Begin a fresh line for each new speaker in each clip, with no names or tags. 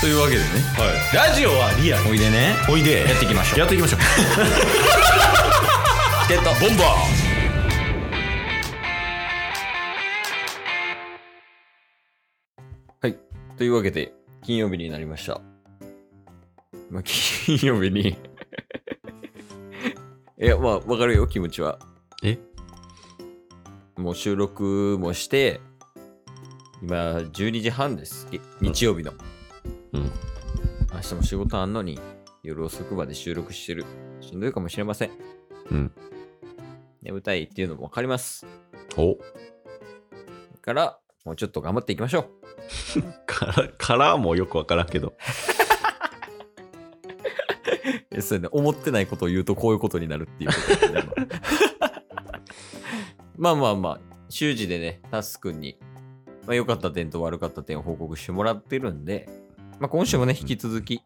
というわけでね
ラジオはリアル
おいでね
おいで
やっていきましょう
やってい きましょう
チケットボンバーはいというわけで金曜日になりました、まあ、 金曜日に いやまあわかるよ気持ちは
え
もう収録もして今12時半ですげ日曜日の
うん
明日も仕事あんのに夜遅くまで収録してるしんどいかもしれません
うん
眠たいっていうのもわかります
お
だからもうちょっと頑張っていきましょう
からからもよくわからんけど
えそうね、思ってないことを言うとこういうことになるっていうことですね まあまあまあ、習字でね、タスくんに、まあ、良かった点と悪かった点を報告してもらってるんで、まあ、今週もね、引き続き、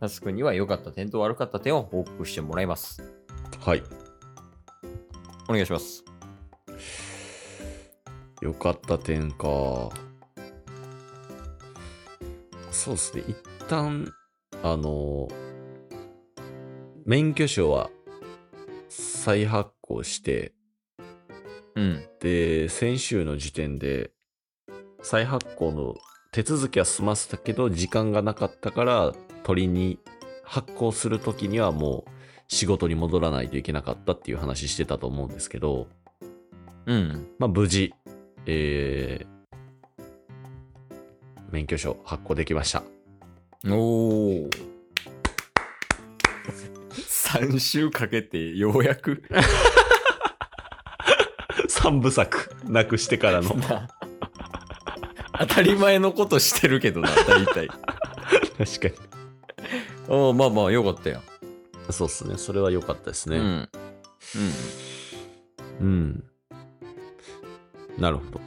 タスくんには良かった点と悪かった点を報告してもらいます。
はい
お願いします。
よかった点かそうっすね一旦あの免許証は再発行して
うん。
で先週の時点で再発行の手続きは済ませたけど時間がなかったから取りに発行する時にはもう仕事に戻らないといけなかったっていう話してたと思うんですけど、
うん。
まあ、無事、えー免許証発行できま した
おー。3週かけてようやく
3部作なくしてからの
な当たり前のことしてるけどな大体
確かに
ああまあまあよかったよ、
そうっすねそれは良かったで
う
す
ん、う
ね
ん、
うん、なるほど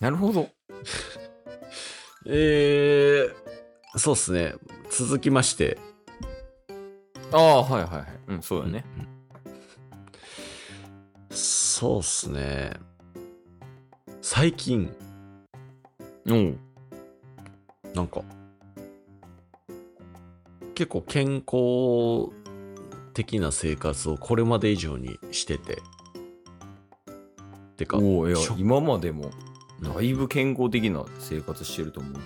なるほど
えー、そうっすね。続きまして。
ああはいはいはいうんそうだね、
そうっすね。最近、
うん、
なんか、結構健康的な生活をこれまで以上にしてて。てか、
おおいや
しょ
今までも
うん
だいぶ健康的な生活してると思うけ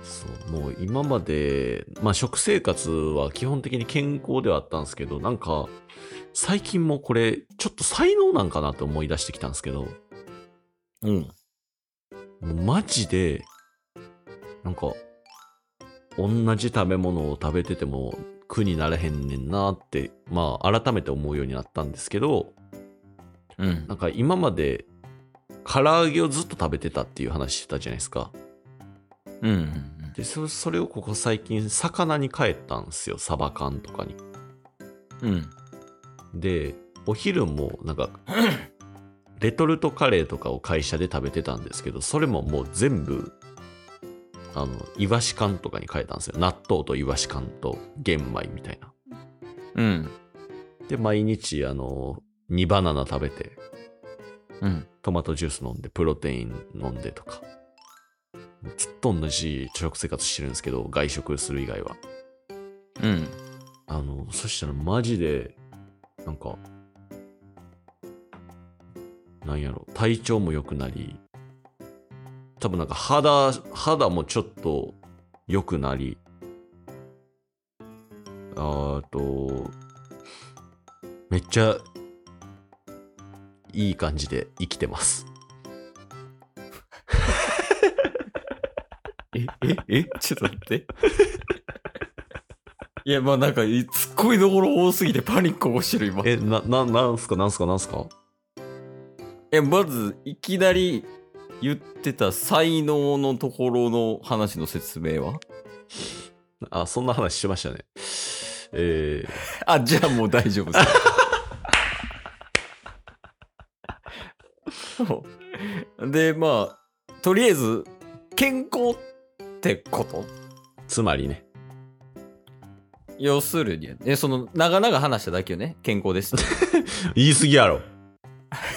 ど
そうもう今まで、まあ、食生活は基本的に健康ではあったんですけどなんか最近もこれちょっと才能なんかなって思い出してきたんですけど
うん
もうマジで、なんか、同じ食べ物を食べてても苦になれへんねんなって、まあ改めて思うようになったんですけど、
うん
なんか今まで唐揚げをずっと食べてたっていう話してたじゃないですか。
うんうん
で、そそれをここ最近魚に変えたんですよ。サバ缶とかに。
うん
で、お昼もなんか、レトルトカレーとかを会社で食べてたんですけど、それももう全部、あの、イワシ缶とかに変えたんですよ。納豆とイワシ缶と玄米みたいな。
うん
で、毎日、あの、煮バナナ食べて、
うん
トマトジュース飲んで、プロテイン飲んでとか。ずっと同じ食生活してるんですけど、外食する以外は。
うん
あの、そしたらマジで、なんか、なんやろ、体調も良くなり、多分なんか肌、肌もちょっと良くなり、あーと、めっちゃ、いい感じで生きてます。
えええ ちょっと待っていやまあなんかいツッコミどころ多すぎてパニック起こしてる今
え、な、な、なんすかなんすかなんすか
えまずいきなり言ってた才能のところの話の説明は
あ、そんな話してましたね。えー、
あじゃあもう大丈夫ですそう でまあとりあえず健康ってこと
つまりね。
要するにえその長々話しただけよね健康ですって
言い過ぎやろ。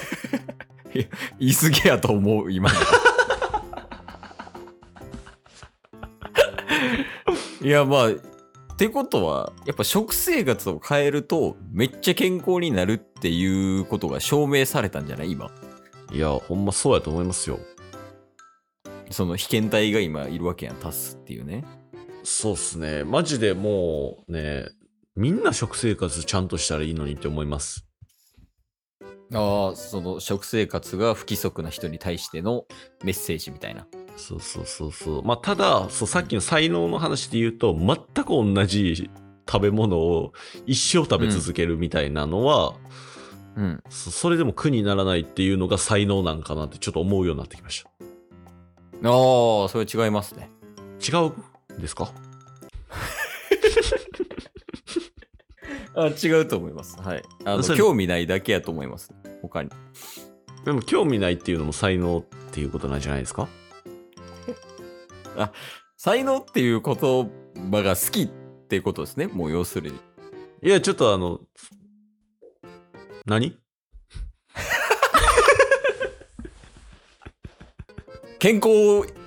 言い過ぎやと思う今のいやまあってことはやっぱ食生活を変えるとめっちゃ健康になるっていうことが証明されたんじゃない今
いや、ほんまそうやと思いますよ。
その被験体が今いるわけやんタスっていうね
そうっすね。マジでもうね、みんな食生活ちゃんとしたらいいのにって思います。
ああその食生活が不規則な人に対してのメッセージみたいな
そうそうそうそう。まあ、ただ、そう、さっきの才能の話で言うと、全く同じ食べ物を一生食べ続けるみたいなのは、
うん
そそれでも苦にならないっていうのが才能なんかなってちょっと思うようになってきまし
ああそれ違いますね
た。違うんですか
あ違うと思いますはいあの
それ
興味ないだけやと思います他に
でも興味ないっていうのも才能っていうことなんじゃないですか
才能っていう言葉が好きっていうことですねもう要するに
いや、ちょっとあの、何
健康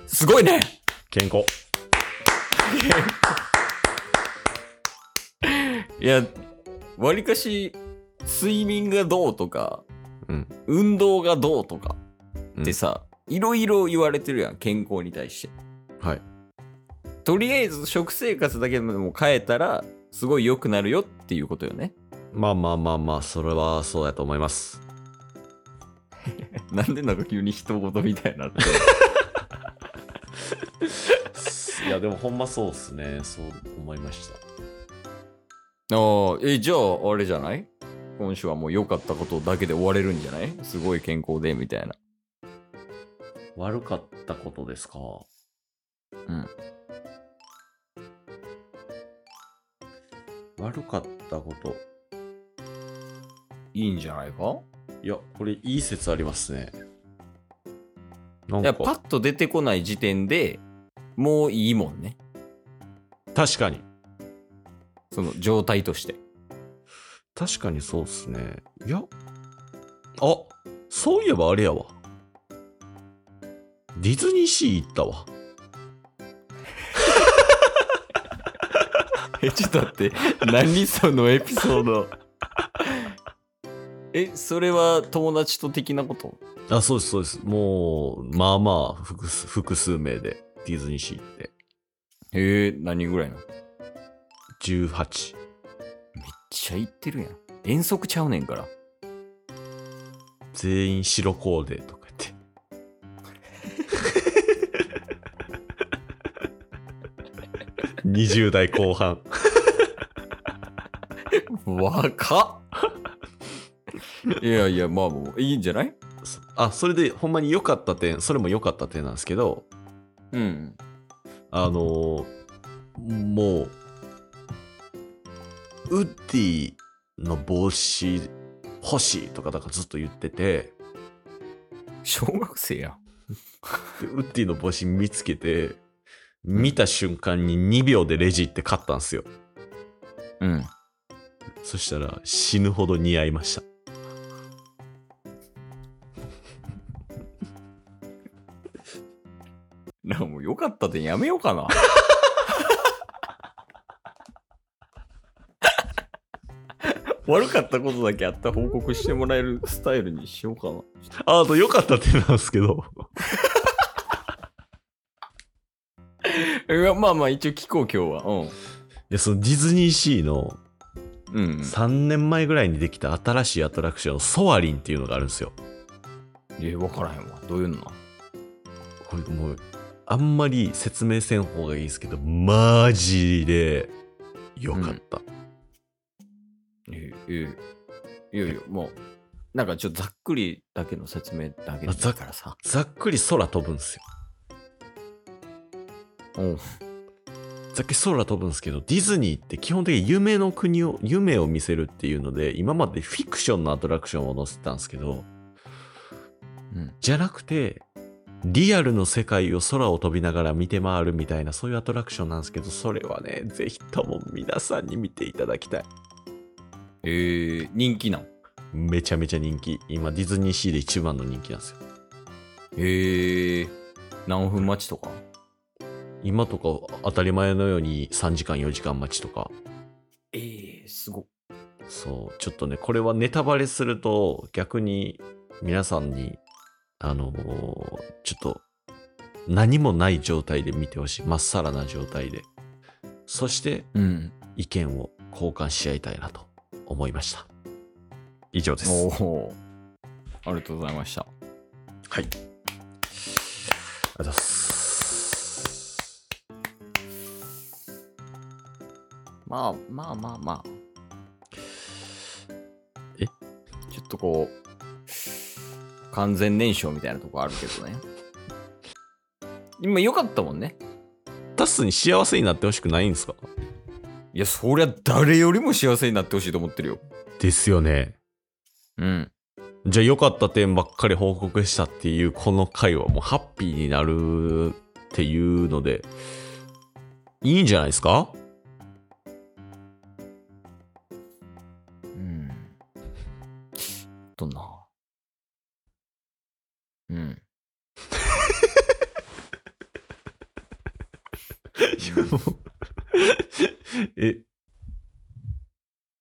すごいね
健康。
いや、わりかし、睡眠がどうとか、
うん。
運動がどうとか
うん
ってさ、いろいろ言われてるやん、健康に対して。
はい。
とりあえず食生活だけでも変えたら、すごい良くなるよっていうことよ ね。
まあまあまあまあ、それはそうやと思います。
なんでなんか急に一言みたいになって。
いや、でもほんまそうっすね。そう思いまし た。
ああ、え、じゃあ、あれじゃない今週はもう良かったことだけで終われるんじゃないすごい健康で、みたいな。
悪かったことですか
うん。
悪かったこと。
いいんじゃないか
いや、これいい説ありますね。なん
い
か
や、パッと出てこない時点でもういいもんね。
確かに。
その状態として。
確かにそうっすね。いや、あ、そういえばあれやわ。ディズニーシー行ったわ。
え、ちょっと待って。何そのエピソード。 え、それは友達と的なこと
あ、そうです、そうです。もう、まあまあ、複数複数名でディズニーシー行って。
へえ、何ぐらいのめっ
18。
ちゃ言ってるやん。遠足ちゃうねんから。
全員白コーデとか言って。20代後半。
若っ いやいや、まあもういいんじゃない
あ、それで、ほんまに良かった点、それも良かった点なんですけど、
うん。
あのーもう、ウッディの帽子欲しいとか、だからずっと言ってて、
小学生やん。
でウッディの帽子見つけて、見た瞬間に2秒でレジ行って買ったんですよ。
うん。
そしたら死ぬほど似合いました。
なもうよかったでやめようか な。悪かったことだけあった報告してもらえるスタイルにしようかな。
あ、あと良かった点なんですけど、
いやまあまあ一応聞こう今日は。
いやそのディズニーシーの
うん。うん、
3年前ぐらいにできた新しいアトラクション、ソアリンっていうのがあるんですよ。
いや、わからへんわ。どういうのな
これもうあんまり説明せん方がいいですけどマジでよかった、
えええいやいや、もう、なんかちょっとざっくりだけの説明だけ
あ
だ
ざっ
からさ。
ざっくり空飛ぶんですよ
うん。
ざっくり空飛ぶんですけどディズニーって基本的に夢の国を夢を見せるっていうので今までフィクションのアトラクションを載せてたんですけど
うん。
じゃなくてリアルの世界を空を飛びながら見て回るみたいなそういうアトラクションなんですけどそれはねぜひとも皆さんに見ていただきたい
ええ人気なん。
めちゃめちゃ人気今ディズニーシーで一番の人気なんですよ
ええ何分待ちとか。
い今とか当たり前のように3時間4時間待ちとか
ええすごっ。
そうちょっとねこれはネタバレすると逆に皆さんにあのーちょっと何もない状態で見てほしいまっさらな状態でそして
うん。
意見を交換し合いたいなと思いました以上です
おお。ありがとうございました。
はい。ありがとうございます。
まあまあまあまあ。
え
ちょっとこう、完全燃焼みたいなとこあるけどね。今良かったもんね。
タスに幸せになってほしくないんですか
いや、そりゃ誰よりも幸せになってほしいと思ってるよ。
ですよね。
うん。
じゃあ良かった点ばっかり報告したっていうこの回はもうハッピーになるっていうのでいいんじゃないですか
うん。どんな。うん。
え